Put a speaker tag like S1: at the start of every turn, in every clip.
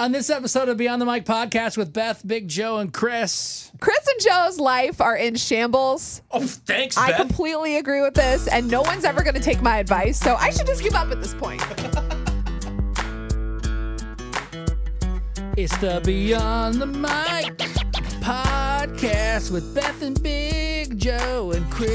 S1: On this episode of Beyond the Mic podcast with Beth, Big Joe, and Chris.
S2: Chris and Joe's life are in shambles.
S1: Oh, thanks,
S2: I completely agree with this, and no one's ever going to take my advice, so I should just give up at this point.
S1: it's the Beyond the Mic podcast with Beth and Big Joe and Chris.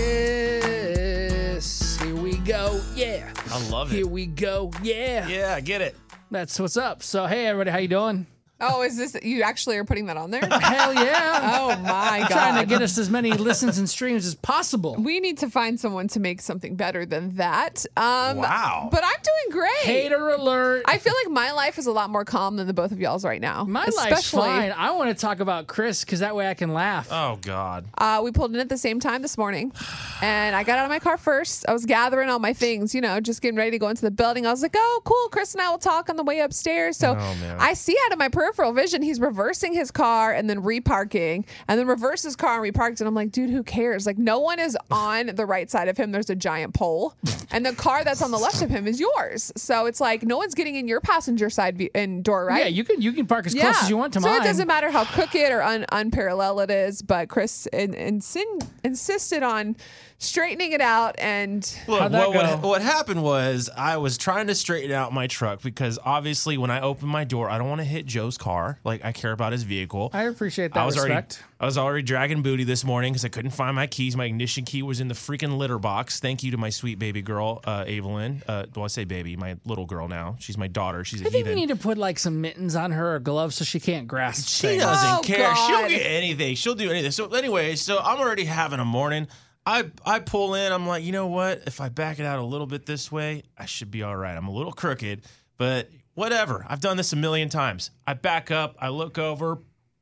S1: Here we go. Yeah.
S3: I love
S1: Here
S3: it.
S1: we go. Yeah.
S3: Yeah, I get it.
S1: That's what's up. So, hey, everybody, how you doing?
S2: Oh, is this you actually are putting that on there?
S1: Hell yeah.
S2: Oh my
S1: Trying to
S2: god.
S1: get us as many listens and streams as possible.
S2: we need to find someone to make something better than that. Um
S3: Wow.
S2: but I'm doing great.
S1: Hater alert.
S2: I feel like my life is a lot more calm than the both of y'all's right now.
S1: My life's
S2: Especially,
S1: fine. I want to talk about Chris because that way I can laugh.
S3: Oh God.
S2: Uh, we pulled in at the same time this morning, and I got out of my car first. I was gathering all my things, you know, just getting ready to go into the building. I was like, "Oh, cool, Chris and I will talk on the way upstairs." So
S3: Oh, man.
S2: I see out of my peripheral vision he's reversing his car and then reparking, and then reverse his car and reparks. And I'm like, "Dude, who cares?" Like, no one is on the right side of him. There's a giant pole, and the car that's on the left of him is yours. So it's like no one's getting in your passenger side v- and door, right?
S1: Yeah, you can you can park as close as you want to
S2: so
S1: mine.
S2: it doesn't matter how crooked or un- unparallel it is, but Chris in- insin- insisted on straightening it out and
S3: Look,
S1: How'd that
S3: what, what,
S1: go?
S3: what happened was I was trying to straighten out my truck because obviously when I open my door, I don't want to hit Joe's car. Like I care about his vehicle.
S1: I appreciate that
S3: was
S1: respect.
S3: already I was already dragging booty this morning because I couldn't find my keys. My ignition key was in the freaking litter box. Thank you to my sweet baby girl, uh, Evelyn. Uh, well, I say baby, my little girl now. She's my daughter. She's a
S1: I think we
S3: heathen.
S1: need to put like some mittens on her or gloves so she can't grasp.
S3: She
S1: things.
S3: doesn't
S2: Oh,
S3: care.
S2: God.
S3: She'll get anything. She'll do anything. So anyway, so I'm already having a morning. I I pull in. I'm like, you know what? If I back it out a little bit this way, I should be all right. I'm a little crooked, but whatever. I've done this a million times. I back up. I look over.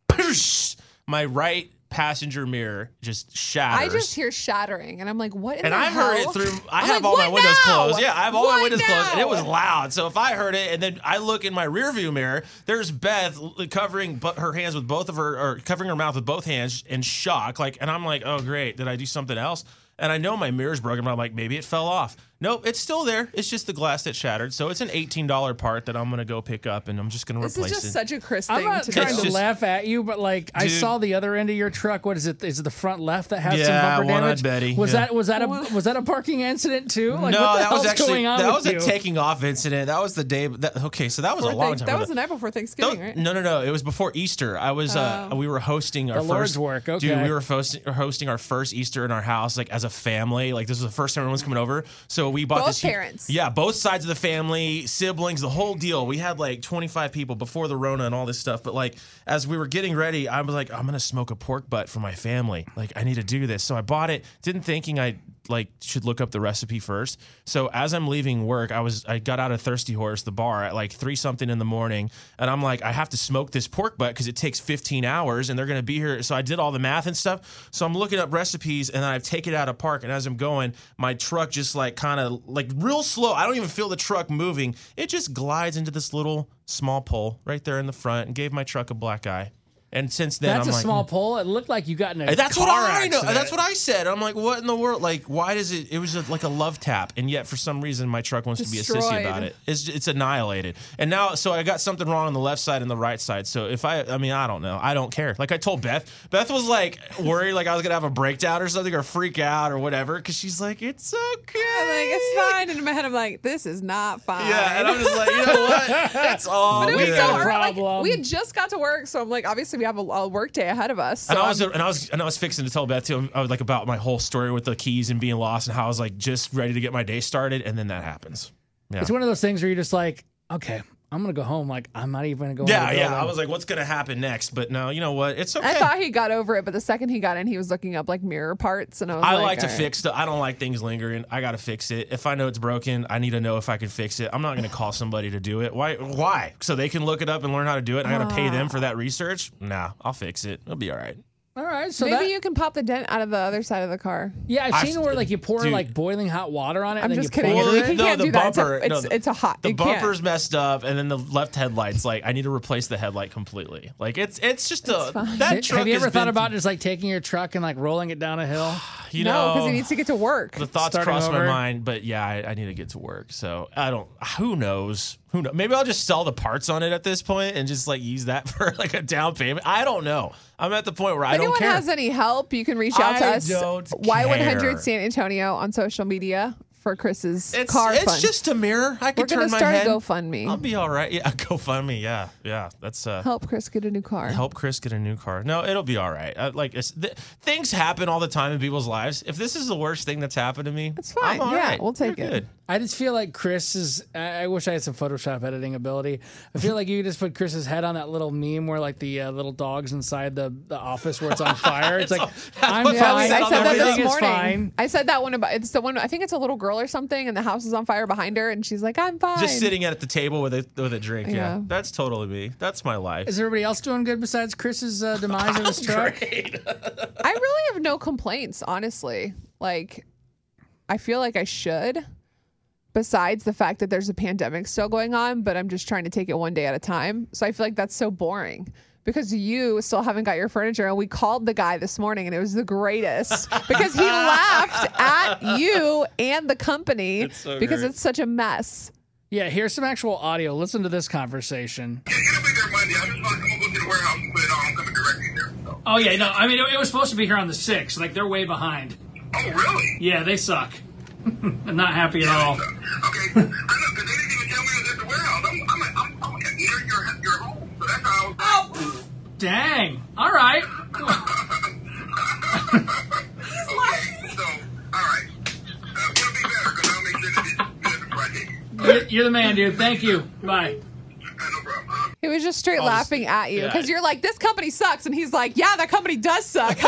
S3: Poosh, my right passenger mirror just
S2: I
S3: shatters.
S2: just hear shattering and I'm like, what in
S3: and
S2: the
S3: I heard
S2: hell?
S3: it through. I
S2: I'm like,
S3: have all my
S2: what
S3: windows
S2: now?
S3: closed. Yeah, I have all
S2: What
S3: my windows closed, and it
S2: now?
S3: was loud. So if I heard it, and then I look in my rearview mirror, there's Beth l- covering bu- her hands with both of her, or covering her mouth with both hands in shock. Like, and I'm like, oh great, did I do something else? And I know my mirror's broken, but I'm like, maybe it fell off. Nope, it's still there. It's just the glass that shattered. So it's an $18 part that I'm gonna go pick up, and I'm just gonna
S2: This is
S3: replace
S2: just
S3: it.
S2: such a Chris
S1: I'm
S2: thing
S1: not
S2: to
S1: trying
S2: do.
S1: to
S3: just-
S1: laugh at you, but like I
S3: Dude.
S1: saw the other end of your truck. What is it? Is it the front left that has some
S3: Yeah,
S1: bumper
S3: one-eyed
S1: damage?
S3: Betty,
S1: Was
S3: yeah.
S1: that was that a was that a parking incident too? Like
S3: no,
S1: what the
S3: that was
S1: hell's
S3: actually
S1: going on
S3: that
S1: with
S3: was
S1: you?
S3: a taking off incident. That was the day. That, okay, so that was a
S2: Before
S3: long
S2: thank-
S3: time.
S2: that
S3: ago.
S2: was the night before Thanksgiving,
S3: That-
S2: right? Oh.
S3: No, no, no. It was before Easter. I was uh, we were hosting our
S1: The Lord's
S3: first
S1: work,
S3: Dude,
S1: okay.
S3: we were hosting, hosting our first Easter in our house, like as a family. Like this was the first time everyone's coming over. So we bought
S2: Both
S3: this. hu-
S2: parents.
S3: Yeah, both sides of the family, siblings, the whole deal. We had like 25 people before the Rona and all this stuff. But like as we were getting ready, I was like, I'm gonna smoke a pork butt for my family. Like I need to do this. So I bought it. Didn't thinking I like should look up the recipe first. So as I'm leaving work, I was I got out of Thirsty Horse, the bar, at like three something in the morning, and I'm like, I have to smoke this pork butt because it takes 15 hours, and they're gonna be here. So I did all the math and stuff. So I'm looking up recipes, and I've taken it out of park. And as I'm going, my truck just like kind of like real slow. I don't even feel the truck moving. It just glides into this little small pole right there in the front, and gave my truck a black eye. And since then,
S1: That's
S3: I'm
S1: a
S3: like,
S1: small pole. It looked like you got in a
S3: and That's what
S1: car
S3: I know.
S1: accident.
S3: That's what I said. I'm like, what in the world? Like, why does it? It was a, like a love tap, and yet for some reason my truck wants to be a
S2: Destroyed.
S3: sissy about it. It's it's annihilated. And now, so I got something wrong on the left side and the right side. So if I, I mean, I don't know. I don't care. Like I told Beth, Beth was like worried, like I was gonna have a breakdown or something, or freak out or whatever, because she's like, it's okay.
S2: I'm like, it's fine. And in my head, I'm like, this is not fine.
S3: Yeah, and I'm just like, you know what? It's all.
S2: But it was
S3: good.
S2: so
S1: got a
S2: hard. like,
S1: problem.
S2: we had just got to work, so I'm like, obviously we have a, a work day ahead of us. So
S3: and I
S2: I'm-
S3: was and I was and I was fixing to tell Beth too. I was like about my whole story with the keys and being lost and how I was like just ready to get my day started, and then that happens. Yeah,
S1: It's one of those things where you're just like, okay, I'm gonna go home. Like I'm not even gonna go.
S3: yeah,
S1: into the
S3: yeah.
S1: building.
S3: I was like, what's gonna happen next? But no, you know what? It's okay.
S2: Oh I thought he got over it, but the second he got in, he was looking up like mirror parts, and I was
S3: I
S2: like,
S3: like to
S2: "All right."
S3: fix stuff. I don't like things lingering. I gotta fix it. If I know it's broken, I need to know if I can fix it. I'm not gonna call somebody to do it. Why?
S2: Ah.
S3: Why? So they can look it up and learn how to do it. And I gotta pay them for that research. Nah, I'll fix it. It'll be all right.
S1: All right. So
S2: Maybe
S1: that,
S2: you can pop the dent out of the other side of the car.
S1: yeah, I've,
S3: I've
S1: seen where like you pour
S3: dude.
S1: like boiling hot water on it. and
S2: I'm
S1: then
S2: just
S1: you
S2: kidding.
S1: plug
S2: Well,
S1: it
S2: you
S1: in.
S2: can't
S3: no, the
S2: do that. It's a-
S3: bumper.
S2: it's-
S3: no,
S2: it's a hot-
S3: The
S2: you can't.
S3: bumper's messed up, and then the left headlights. Like, I need to replace the headlight completely. Like, it's it's just a
S2: fine.
S3: that
S1: Have-
S3: truck.
S1: Have you
S3: has
S1: ever thought
S3: been-
S1: about just like taking your truck and like rolling it down a hill?
S3: you
S2: no,
S3: know?
S2: because he needs to get to work.
S3: the thoughts
S1: starting
S3: crossed my
S1: over?
S3: mind, but yeah, I, I need to get to work. So I don't. Who knows? Who knows? Maybe I'll just sell the parts on it at this point and just like use that for like a down payment. I don't know. I'm at the point where I
S2: If
S3: don't
S2: anyone
S3: care.
S2: has any help, you can reach out to
S3: I
S2: us.
S3: don't care.
S2: Y100 San Antonio on social media for Chris's
S3: it's
S2: car
S3: it's
S2: fund.
S3: just a mirror. I can
S2: We're
S3: turn
S2: gonna
S3: my
S2: start
S3: head.
S2: a GoFundMe.
S3: I'll be all right. Yeah, GoFundMe. Yeah, yeah. That's uh.
S2: help Chris get a new car.
S3: help Chris get a new car. No, it'll be all right. Uh, like it's, th- things happen all the time in people's lives. If this is the worst thing that's happened to me,
S2: It's fine.
S3: I'm all
S2: Yeah,
S3: right.
S2: we'll take
S3: You're
S2: it.
S3: good.
S1: I just feel like Chris is. I I wish I had some Photoshop editing ability. I feel like you could just put Chris's head on that little meme where like the uh, little dogs inside the, the office where it's on fire. It's like I'm
S3: what
S1: fine.
S3: Kelly
S2: Yeah, I
S3: said
S2: I said
S3: on
S2: that this
S1: Everything is
S2: morning.
S1: fine.
S2: I said that one about it's the one I think it's a little girl or something, and the house is on fire behind her, and she's like, "I'm fine."
S3: Just sitting at the table with a with a drink. Yeah,
S2: Yeah.
S3: that's totally me. That's my life.
S1: Is everybody else doing good besides Chris's uh, demise of his truck?
S2: I really have no complaints, honestly. Like, I feel like I should. Besides the fact that there's a pandemic still going on, but I'm just trying to take it one day at a time. So I feel like that's so boring because you still haven't got your furniture. And we called the guy this morning and it was the greatest because he laughed at you and the company
S3: so
S2: because
S3: great.
S2: it's such a mess.
S1: Yeah, here's some actual audio. Listen to this conversation.
S4: It'll be there Monday. I'm just gonna, I'm gonna go to the warehouse and put it on. I'm coming directly there. So.
S5: Oh yeah, no. I mean, it, it was supposed to be here on the sixth. Like they're way behind.
S4: Oh, really?
S5: Yeah, they suck. I'm not happy at all.
S4: Okay. I know, because they didn't even tell me it was at the warehouse. I'm, I'm, I'm, I'm near your, your home. So that's how I was.
S5: Oh, dang. All right.
S4: Okay. So, all right. Uh, it'll be better because I'll make sure that it's good before I take it.
S5: You're, you're the man, dude. Thank you. Bye.
S4: Uh, no problem. Uh,
S2: He was just straight laughing at you
S3: yeah.
S2: because you're like, this company sucks. And he's like, yeah, that company does suck.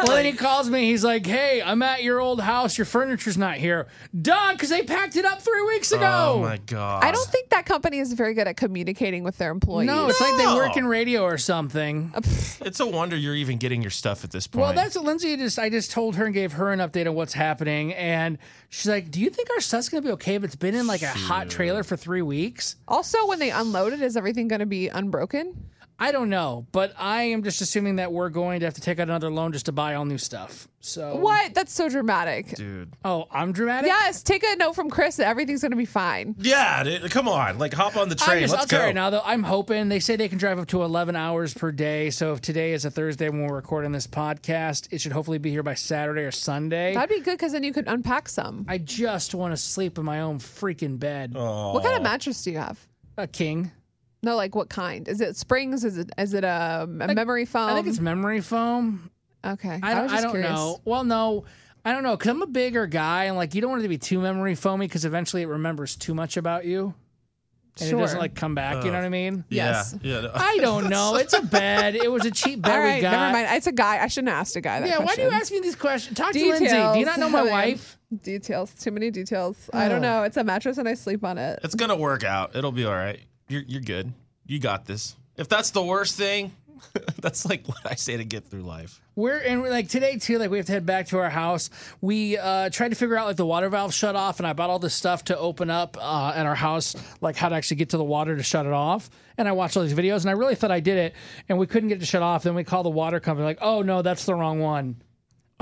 S1: Well, then he calls me. He's like, "Hey, I'm at your old house. Your furniture's not here, duh, because they packed it up three weeks ago."
S3: Oh my god.
S2: I don't think that company is very good at communicating with their employees.
S1: No, it's like they work in
S3: No.
S1: radio or something.
S3: It's a wonder you're even getting your stuff at this point.
S1: Uh, Well, that's what Lindsay just. I just told her and gave her an update on what's happening, and she's like, "Do you think our stuff's gonna be okay if it's been in like a hot trailer for three weeks?"
S2: also, when they unload it, is everything going to be unbroken?
S1: I don't know, but I am just assuming that we're going to have to take out another loan just to buy all new stuff. So
S2: What? That's so dramatic.
S3: dude.
S1: Oh, I'm dramatic.
S2: Yes, take a note from Chris that everything's going to be fine.
S3: Yeah, dude, come on. Like hop on the
S1: I'm
S3: train.
S1: just,
S3: Let's
S1: I'll tell
S3: go.
S1: you right now, though, I'm hoping they say they can drive up to 11 hours per day. So if today is a Thursday when we're recording this podcast, it should hopefully be here by Saturday or Sunday.
S2: That'd be good because then you could unpack some.
S1: I just want to sleep in my own freaking bed.
S3: Oh.
S2: What kind of mattress do you have?
S1: A king.
S2: No, like what kind? Is it springs? Is it is it um, a, a memory foam?
S1: I think it's memory foam.
S2: okay.
S1: I don't,
S2: was
S1: I,
S2: just
S1: don't
S2: curious.
S1: know. Well, no, I don't know because I'm a bigger guy and like you don't want it to be too memory foamy because eventually it remembers too much about you and
S2: Sure.
S1: it doesn't like come back. you know what I mean?
S2: Yes.
S3: Uh, Yeah. yeah.
S1: I don't know. It's a bed. It was a cheap bed
S2: All right,
S1: we got.
S2: never mind. It's a guy. I shouldn't ask a guy that.
S1: Yeah, why do you
S2: question.
S1: ask me these questions? Talk to Lindsay. Do you not know my
S2: Details.
S1: wife?
S2: Details. Too many details. I
S1: Ugh.
S2: don't know. It's a mattress and I sleep on it.
S3: It's gonna work out. It'll be all right. You're you're good. You got this. If that's the worst thing, that's like what I say to get through life.
S1: We're and we're, like today too. Like we have to head back to our house. We uh, tried to figure out like the water valve shut off, and I bought all this stuff to open up uh, at our house, like how to actually get to the water to shut it off. And I watched all these videos, and I really thought I did it, and we couldn't get it to shut off. Then we called the water company, like, oh no, that's the wrong one.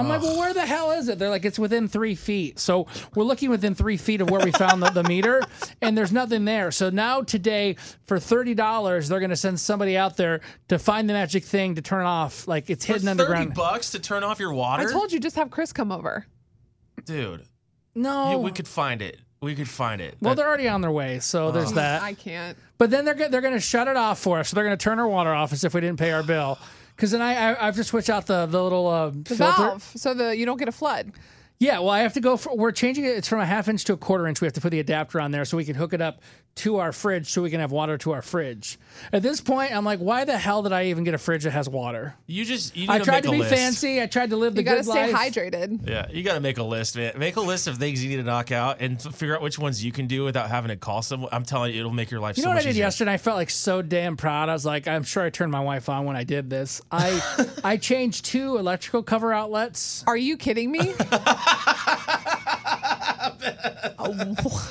S1: I'm like, well, where the hell is it? They're like, it's within three feet. So we're looking within three feet of where we found the, the meter, and there's nothing there. So now today, for thirty dollars, they're going to send somebody out there to find the magic thing to turn off. Like it's hidden
S3: For Thirty
S1: underground.
S3: bucks to turn off your
S2: I
S3: water,
S2: told you just have Chris come over.
S3: dude.
S1: No,
S3: you- we could Oh. find it. We could find it.
S1: Oh. well,
S3: That-
S1: they're already on their way, so there's that.
S2: I can't.
S1: But then they're go- they're going to shut it off for us. So they're going to turn our water off as if we didn't pay our bill. Because then I, I I have to switch out the the little uh,
S2: The
S1: filter.
S2: valve, so the you don't get a flood.
S1: Yeah, well, I have to go for. We're changing it. It's from a half inch to a quarter inch. We have to put the adapter on there so we can hook it up to our fridge so we can have water to our fridge. At this point, I'm like, why the hell did I even get a fridge that has water?
S3: You just you need
S1: I
S3: to
S1: tried
S3: make
S1: to
S3: a
S1: be
S3: list.
S1: fancy. I tried to live the
S2: You gotta
S1: good
S2: stay
S1: life.
S2: hydrated.
S3: Yeah, you got to make a list, man. Make a list of things you need to knock out and f- figure out which ones you can do without having to call someone. I'm telling you, it'll make your life.
S1: You know
S3: so
S1: what
S3: much
S1: I did
S3: easier.
S1: yesterday? I felt like so damn proud. I was like, I'm sure I turned my wife on when I did this. I I changed two electrical cover outlets.
S2: Are you kidding me? Oh,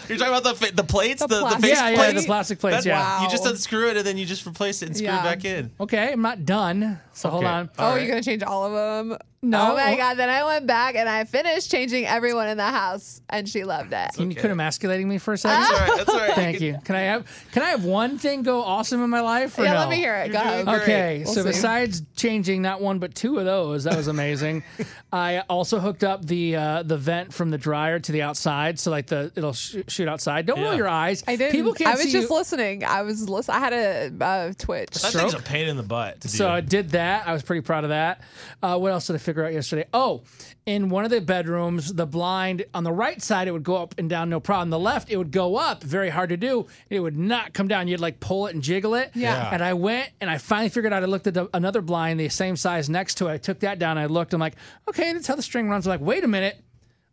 S3: You're talking about the fa- the plates, the, the,
S2: plastic-
S3: face
S1: Yeah, yeah,
S3: plate?
S1: the plastic plates,
S3: That-
S1: yeah.
S3: You just unscrew it and then you just replace it and screw
S2: Yeah.
S3: it back in.
S1: Okay, I'm not done. So hold
S3: Okay.
S1: on.
S2: oh, you're gonna change all of them?
S1: No.
S2: Oh my god! Then I went back and I finished changing everyone in the house, and she loved it.
S1: Can you quit emasculating me for a second?
S3: That's
S2: Ah!
S3: all right. That's all right.
S1: Thank you. Can I have Can I have one thing go awesome in my life? Or
S2: Yeah,
S1: no?
S2: let me hear it. Go
S3: You're doing
S2: ahead.
S3: great.
S1: Okay,
S2: We'll
S1: so
S2: see.
S1: besides changing not one but two of those, that was amazing. I also hooked up the uh, the vent from the dryer to the outside, so like the it'll sh- shoot outside. Don't roll
S3: Yeah.
S1: your eyes.
S2: I did.
S1: People can't
S2: I was
S1: see
S2: just
S1: you.
S2: listening. I was listen. I had a uh, Twitch.
S3: That
S1: Stroke.
S3: thing's a pain in the butt. To
S1: So
S3: do.
S1: I did that. I was pretty proud of that. Uh, what else did I figure out yesterday? Oh, in one of the bedrooms, the blind on the right side, it would go up and down, no problem. The left, it would go up, very hard to do. It would not come down. You'd like pull it and jiggle it.
S2: Yeah.
S1: And I went and I finally figured out. I looked at the, another blind, the same size next to it. I took that down. I looked. I'm like, okay, that's how the string runs. I'm like, wait a minute.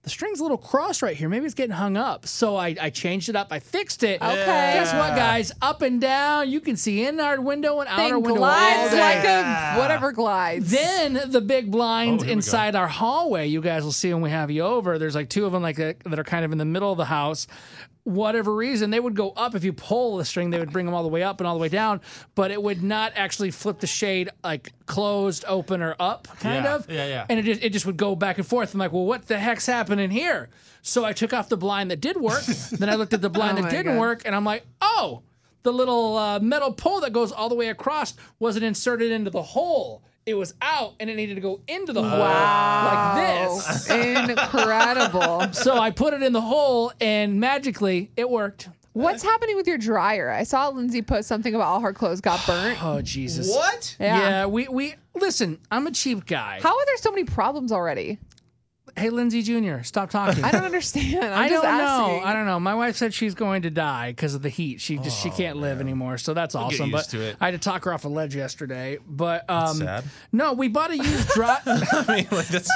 S1: The string's a little cross right here. Maybe it's getting hung up. So I, I changed it up. I fixed it.
S2: Okay.
S1: Guess what, guys? Up and down. You can see inward window and outer
S2: thing
S1: window. all
S2: glides
S1: day.
S2: like a whatever glides.
S1: Then the big blinds
S3: Oh, here we
S1: inside our hallway, you guys will see when we have you over. There's like two of them like that that are kind of in the middle of the house. Whatever reason, they would go up if you pull the string, they would bring them all the way up and all the way down, but it would not actually flip the shade like closed, open, or up, kind
S3: Yeah,
S1: of.
S3: yeah, yeah.
S1: And it just it just would go back and forth. I'm like, well, what the heck's happening here? So I took off the blind that did work. then I looked at the blind
S2: Oh
S1: that
S2: my
S1: didn't
S2: God.
S1: work, and I'm like, oh, the little uh, metal pole that goes all the way across wasn't inserted into the hole. It was out, and it needed to go into the hole
S2: wow,
S1: like this.
S2: incredible.
S1: So I put it in the hole, and magically it worked.
S2: What's happening with your dryer? I saw Lindsay put something about all her clothes got burnt.
S1: Oh Jesus!
S3: what?
S1: Yeah.
S2: Yeah.
S1: we we listen. I'm a cheap guy.
S2: How are there so many problems already?
S1: hey, Lindsey Jr., stop talking.
S2: I don't understand. I'm
S1: I
S2: just
S1: don't
S2: asking.
S1: know. I don't know. My wife said she's going to die because of the heat. She just she can't live anymore. So that's
S3: Oh, get
S1: awesome.
S3: used
S1: but
S3: to it.
S1: I had to talk her off a ledge yesterday. But um,
S3: sad.
S1: no, we bought a used dryer.
S3: I mean, like that's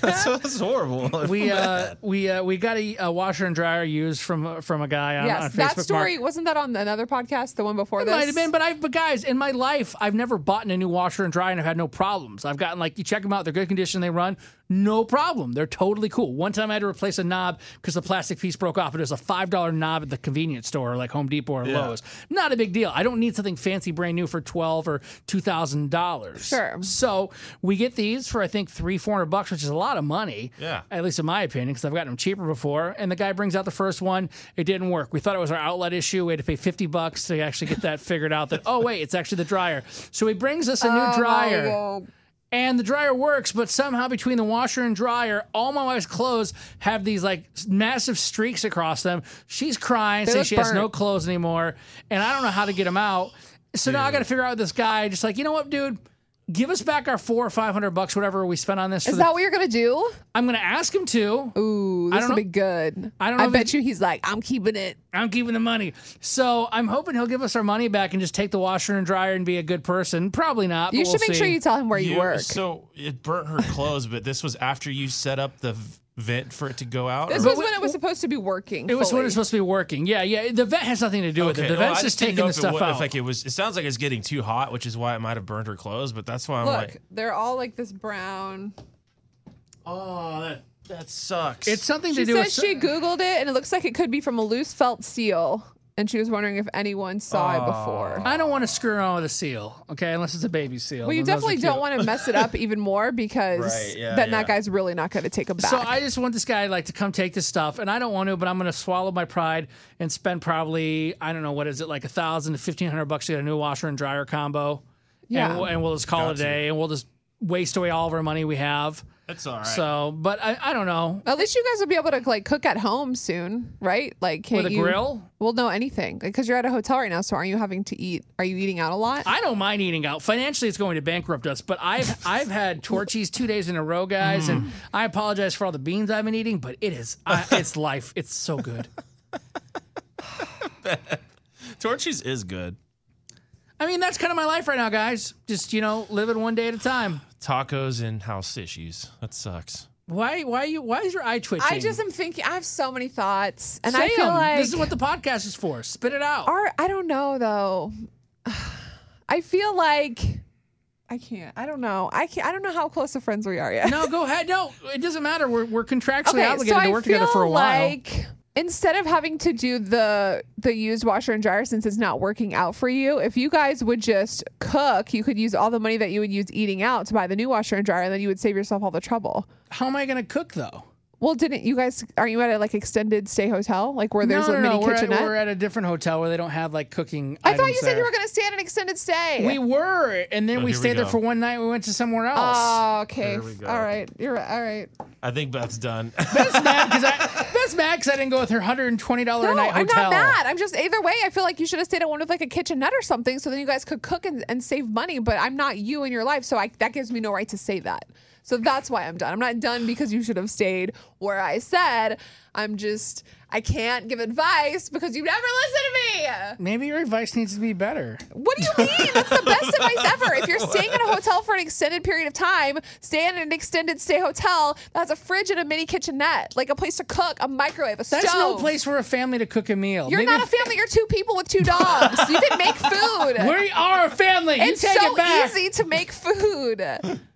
S3: that's, that's horrible.
S1: we uh, we uh, we got a, a washer and dryer used from uh, from a guy on, on
S2: Yes,
S1: Facebook.
S2: that story
S1: Mark-
S2: wasn't that on another podcast, the one before
S1: It
S2: this.
S1: might have been, but I've but guys in my life, I've never bought a new washer and dryer and I've had no problems. I've gotten like you check them out, they're good condition, they run, no problem. They're totally cool. One time I had to replace a knob because the plastic piece broke off. It was a five dollar knob at the convenience store, like Home Depot or Lowe's. Not a big deal. I don't need something fancy, brand new for twelve or two thousand dollars.
S2: Sure.
S1: So we get these for I think three, four hundred bucks, which is a lot of money.
S3: Yeah.
S1: At least in my opinion, because I've gotten them cheaper before. And the guy brings out the first one. It didn't work. We thought it was our outlet issue. We had to pay fifty bucks to actually get that figured out. That oh wait, it's actually the dryer. So he brings us a new dryer,
S2: Oh,
S1: and the dryer works, but somehow between the washer and dryer, all my wife's clothes have these like s- massive streaks across them. She's crying, saying
S2: look
S1: she has no
S2: burnt.
S1: clothes anymore, and I don't know how to get them out. So now I got to figure out this guy. Just like you know what, dude. Give us back our four or five hundred bucks, whatever we spent on this. for
S2: Is
S1: the-
S2: that what you're gonna do?
S1: I'm gonna ask him to. don't
S2: Ooh, this
S1: know-
S2: will be good.
S1: I don't know
S2: I
S1: if
S2: bet you he's like, I'm keeping it.
S1: I'm keeping the money. So I'm hoping he'll give us our money back and just take the washer and dryer and be a good person. Probably not.
S2: You
S1: but
S2: should
S1: we'll
S2: make
S1: see.
S2: sure you tell him where you,
S3: You-
S2: work.
S3: So it burnt her clothes, but this was after you set up the v- vent for it to go out.
S2: this
S3: or-
S2: was when it was supposed to be working.
S1: It was when
S2: fully.
S1: it's supposed to be working. Yeah, yeah. The vet has nothing to do with it. The
S3: well,
S1: vet's
S3: I
S1: just
S3: didn't
S1: taking
S3: know
S1: the
S3: if it
S1: stuff
S3: wa-
S1: out.
S3: If like it was, it sounds like it's getting too hot, which is why it might have burned her clothes. But that's why I'm
S2: Look,
S3: like,
S2: they're all like this brown.
S3: oh, that that sucks.
S1: it's something to
S2: She
S1: do with
S2: says she Googled it and it looks like it could be from a loose felt seal. And she was wondering if anyone saw it before.
S1: I don't want to screw around with a seal, okay? Unless it's a baby seal.
S2: Well, you
S1: then those are
S2: definitely don't
S1: cute.
S2: want to mess it up even more because
S3: Right, yeah,
S2: then
S3: yeah.
S2: that guy's really not going to take him back.
S1: So I just want this guy like to come take this stuff, and I don't want to, but I'm going to swallow my pride and spend probably I don't know what is it like a thousand to fifteen hundred bucks to get a new washer and dryer combo.
S2: Yeah.
S1: and we'll, and we'll just call it a
S3: Gotcha.
S1: day, and we'll just waste away all of our money we have.
S3: that's all right.
S1: So, but I, I don't know.
S2: At least you guys will be able to like cook at home soon, right? Like, can't
S1: With a
S2: you?
S1: grill?
S2: Well, no, anything because you're at a hotel right now. So, aren't you having to eat? Are you eating out a lot?
S1: I don't mind eating out. Financially, it's going to bankrupt us. But I've I've had torchies two days in a row, guys, and I apologize for all the beans I've been eating. But it is I, it's life. It's so good.
S3: Torchies is good.
S1: I mean, that's kind of my life right now, guys. Just you know, living one day at a time.
S3: Tacos and house issues. That sucks.
S1: Why? Why you? Why is your eye twitching?
S2: I just am thinking. I have so many thoughts, and
S1: Say
S2: I feel
S1: 'em.
S2: like
S1: this is what the podcast is for. Spit it out.
S2: Or I don't know though. I feel like I can't. I don't know. I can't. I don't know how close of friends we are yet.
S1: No, go ahead. No, it doesn't matter. We're, we're contractually
S2: okay,
S1: obligated
S2: so I
S1: to work
S2: feel
S1: together for a while.
S2: like instead of having to do the the used washer and dryer since it's not working out for you, if you guys would just cook, you could use all the money that you would use eating out to buy the new washer and dryer, and then you would save yourself all the trouble.
S1: How am I going to cook though?
S2: Well, didn't you guys? Aren't you at a like extended stay hotel, like where there's
S1: no,
S2: a
S1: no,
S2: mini
S1: no. We're at,
S2: kitchenette?
S1: we're at a different hotel where they don't have like cooking.
S2: I thought you
S1: items
S2: said you
S1: there.
S2: were going to stay at an extended stay.
S1: We were, and then
S3: Oh,
S1: we
S3: here we
S1: stayed there
S3: go.
S1: for one night. We went to somewhere else.
S2: Oh, okay.
S3: There we go.
S2: All right. You're right. All right.
S3: I think Beth's done.
S1: That's mad because I that's mad 'cause I didn't go with her hundred and twenty dollar
S2: No,
S1: a night
S2: I'm
S1: hotel.
S2: not mad. I'm just either way. I feel like you should have stayed at one with like a kitchenette or something, so then you guys could cook and, and save money. But I'm not you in your life, so I, that gives me no right to say that. So that's why I'm done. I'm not done because you should have stayed where I said. I'm just I can't give advice because you never listen to me.
S1: Maybe your advice needs to be better.
S2: What do you mean? That's the best advice ever. If you're staying at a hotel for an extended period of time, stay at an extended stay hotel that has a fridge and a mini kitchenette, like a place to cook, a microwave, a stove.
S1: That's no place for a family to cook a meal.
S2: You're
S1: Maybe
S2: not a
S1: if-
S2: family. You're two people with two dogs. You can make food.
S1: We are a family. You
S2: it's
S1: take
S2: so
S1: it back.
S2: easy to make food.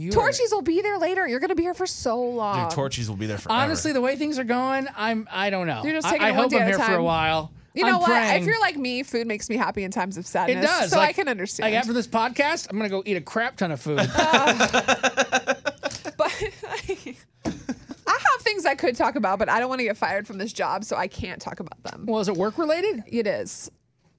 S1: You are-
S2: Torchies will be there later. You're gonna be here for so long.
S3: Dude, Torchies will be there forever.
S1: Honestly, the way things are going, I'm I don't know.
S2: You're just
S1: I-
S2: taking
S1: I,
S2: it one
S1: hope
S2: day
S1: I'm
S2: at a
S1: here for a
S2: time.
S1: while.
S2: you
S1: I'm
S2: know what?
S1: praying.
S2: If you're like me, food makes me happy in times of
S1: it
S2: sadness.
S1: does.
S2: So
S1: like,
S2: I can understand.
S1: Like after this podcast, I'm gonna go eat a crap ton of food.
S2: but I have things I could talk about, but I don't want to get fired from this job, so I can't talk about them.
S1: well, is it work related?
S2: It is.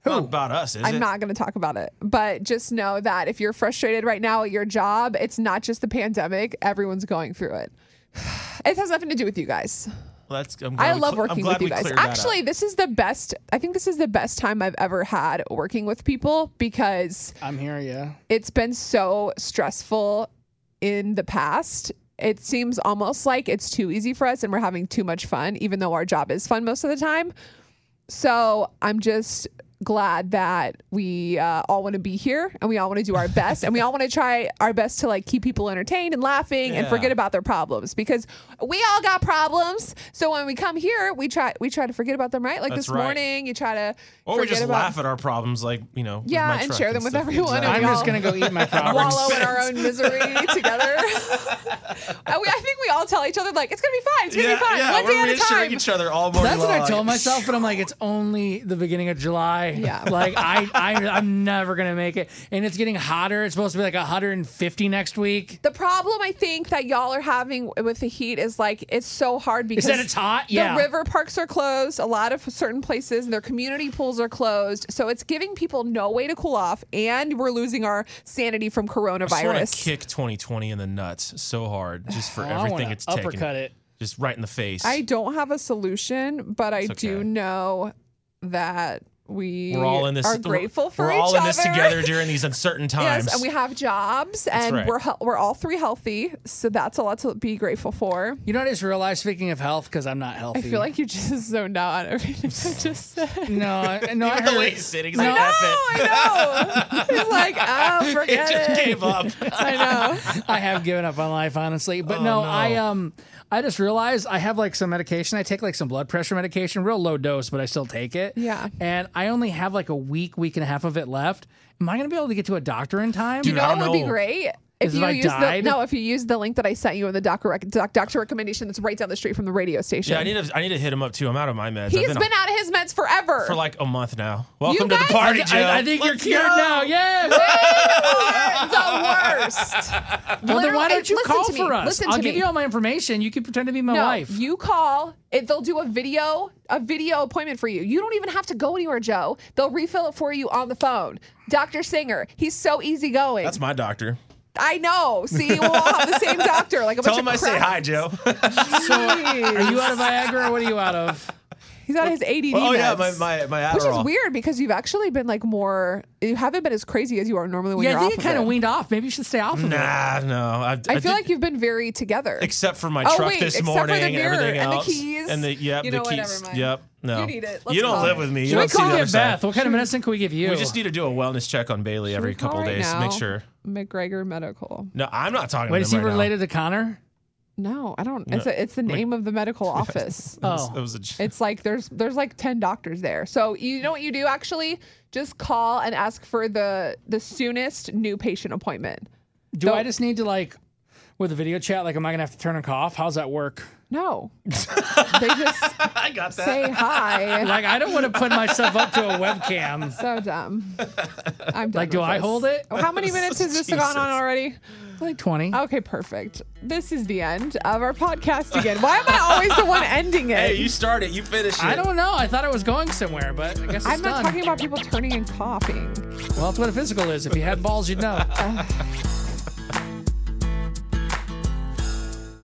S3: Not about us, is
S2: I'm
S3: it?
S2: not going to talk about it, but just know that if you're frustrated right now at your job, it's not just the pandemic. Everyone's going through it. It has nothing to do with you guys.
S3: Well, that's, I'm glad
S2: I
S3: we
S2: love
S3: cle- I'm
S2: working
S3: glad
S2: with you
S3: we
S2: guys.
S3: cleared that up.
S2: Actually, this is the best. I think this is the best time I've ever had working with people because
S1: I'm here, yeah.
S2: it's been so stressful in the past. It seems almost like it's too easy for us and we're having too much fun, even though our job is fun most of the time. So I'm just glad that we uh, all want to be here and we all want to do our best and we all want to try our best to like keep people entertained and laughing and
S3: Yeah.
S2: forget about their problems because we all got problems. So when we come here, we try we try to forget about them, right? Like this
S3: That's right.
S2: morning, you try to
S3: Or we
S2: forget
S3: just
S2: about
S3: laugh at our problems, like you know. with
S2: Yeah,
S3: my
S2: and
S3: truck
S2: share them with
S3: stuff.
S2: everyone.
S1: I'm
S3: Exactly.
S1: just gonna go eat my problems.
S2: wallow in our own misery together. And we- I think we all tell each other like it's gonna be fine. It's gonna
S3: yeah,
S2: be fine.
S3: yeah,
S2: One
S3: we're
S2: day at a
S3: reassuring
S2: time.
S3: each other all morning.
S1: That's what I
S3: long.
S1: told myself, but I'm like, it's only the beginning of July.
S2: Yeah.
S1: Like I, I I'm never gonna make it. And it's getting hotter. It's supposed to be like 150 next week.
S2: The problem I think that y'all are having with the heat is like it's so hard because
S1: that it's hot? Yeah.
S2: The river parks are closed. A lot of certain places and their community pools are closed. So it's giving people no way to cool off, and we're losing our sanity from
S3: I want to
S2: coronavirus.
S3: kick 2020 in the nuts so hard, just for
S1: I
S3: everything
S1: wanna
S3: it's taken.
S1: uppercut it.
S3: just right in the face.
S2: I don't have a solution, but I do
S3: okay.
S2: know that we
S3: we're all in this.
S2: are grateful for
S3: We're
S2: each
S3: all in this
S2: other.
S3: together during these uncertain times.
S2: Yes, and we have jobs, and
S3: right.
S2: we're hel- we're all three healthy, so that's a lot to be grateful for.
S1: You know what I just realized speaking of health, because I'm not healthy.
S2: I feel like you just zoned out on everything I just said.
S1: no, I- no, I
S3: By the way
S1: heard
S3: he's sitting, he's
S1: No.
S3: like, "F it."
S2: I know. He's like, oh,
S3: He
S2: forget
S3: just
S2: it.
S3: gave up. Oh,
S2: I know.
S1: I have given up on life, honestly. But no,
S3: no.
S1: I um I just realized I have like some medication. I take like some blood pressure medication, real low dose, but I still take it.
S2: Yeah.
S1: And I only have like a week, week and a half of it left. Am I gonna be able to get to a doctor in time?
S2: You
S3: Dude,
S2: know
S3: I
S2: what
S3: don't
S2: would be
S3: know.
S2: great? If
S1: Is
S2: you
S1: if I
S2: use the
S1: died?
S2: no, if you use the link that I sent you in the doctor rec- doc, doctor recommendation, that's right down the street from the radio station.
S3: Yeah, I need to. I need to hit him up too. I'm out of my meds.
S2: He's
S3: I've
S2: been,
S3: been,
S2: out of his meds forever.
S3: for like a month now. Welcome to
S2: guys-
S3: the party,
S1: I,
S3: Joe.
S1: I think you're
S3: Let's
S1: cured
S3: go.
S1: now. Yeah.
S2: the worst.
S1: Well, then
S2: Literally-
S1: why
S2: hey,
S1: don't you
S2: listen
S1: call
S2: to me.
S1: for us?
S2: Listen
S1: I'll
S2: to
S1: give
S2: me.
S1: you all my information. You can pretend to be my
S2: No,
S1: wife.
S2: you call. It, they'll do a video, a video appointment for you. You don't even have to go anywhere, Joe. They'll refill it for you on the phone. Dr. Singer, he's so easygoing.
S3: That's my doctor.
S2: I know. See, we'll all have the same doctor. Like a
S3: Tell
S2: bunch
S3: him
S2: of
S3: I say
S2: crap.
S3: hi, Joe.
S1: Are you out of Viagra or what are you out of?
S2: He's on his ADD.
S3: Oh, yeah,
S2: meds,
S3: my- my- my
S2: which is
S3: Adderall.
S2: weird because you've actually been like more. You haven't been as crazy as you are normally when
S1: yeah,
S2: you're
S1: I think it
S2: off
S1: kind
S2: of
S1: of weaned off. Maybe you should stay off of it.
S3: Nah, no. I,
S2: I, feel
S3: did-
S2: like you've been very together.
S3: except for my
S2: Oh,
S3: truck
S2: wait,
S3: this
S2: except for
S3: morning
S2: the
S3: and
S2: mirror
S3: everything
S2: and the
S3: else
S2: keys.
S3: and the yep
S2: You
S3: the
S2: know what,
S3: keys
S2: never mind.
S3: yep no
S2: You need it. Let's
S3: you don't
S2: call
S3: live
S2: it.
S3: with me you
S1: Should we
S3: don't see the
S1: call
S3: other
S1: it
S3: side
S1: Beth? What kind of medicine can we give you?
S3: we just need to do a wellness check on Bailey every
S2: We call
S3: couple
S2: right
S3: days
S2: now,
S3: make sure
S2: McGregor Medical.
S3: no I'm not talking
S1: Wait,
S3: to
S1: is he
S3: them right
S1: related to Connor?
S2: No, I don't. It's a, it's the name of the medical office.
S3: now.
S1: Oh.
S3: It was a j-
S2: It's like there's there's like ten doctors there. So you know what you do actually? Just call and ask for the the soonest new patient appointment.
S1: Do I just need to like with a video chat? Like, am I gonna have to turn and cough? How's that work?
S2: No, they just
S3: I got that
S2: say hi.
S1: Like, I don't want to put myself up to a webcam.
S2: So dumb. I'm done
S1: Like, do
S2: with
S1: I
S2: this.
S1: hold it?
S2: How many minutes has this
S3: Jesus.
S2: gone on already?
S1: Like twenty.
S2: Okay, perfect. This is the end of our podcast again. Why am I always the one ending it?
S3: hey you start it you finish it
S1: I don't know. I thought it was going somewhere, but I guess it's
S2: I'm not
S1: done.
S2: talking about people turning and coughing.
S1: Well, that's what a physical is. If you had balls, you'd know.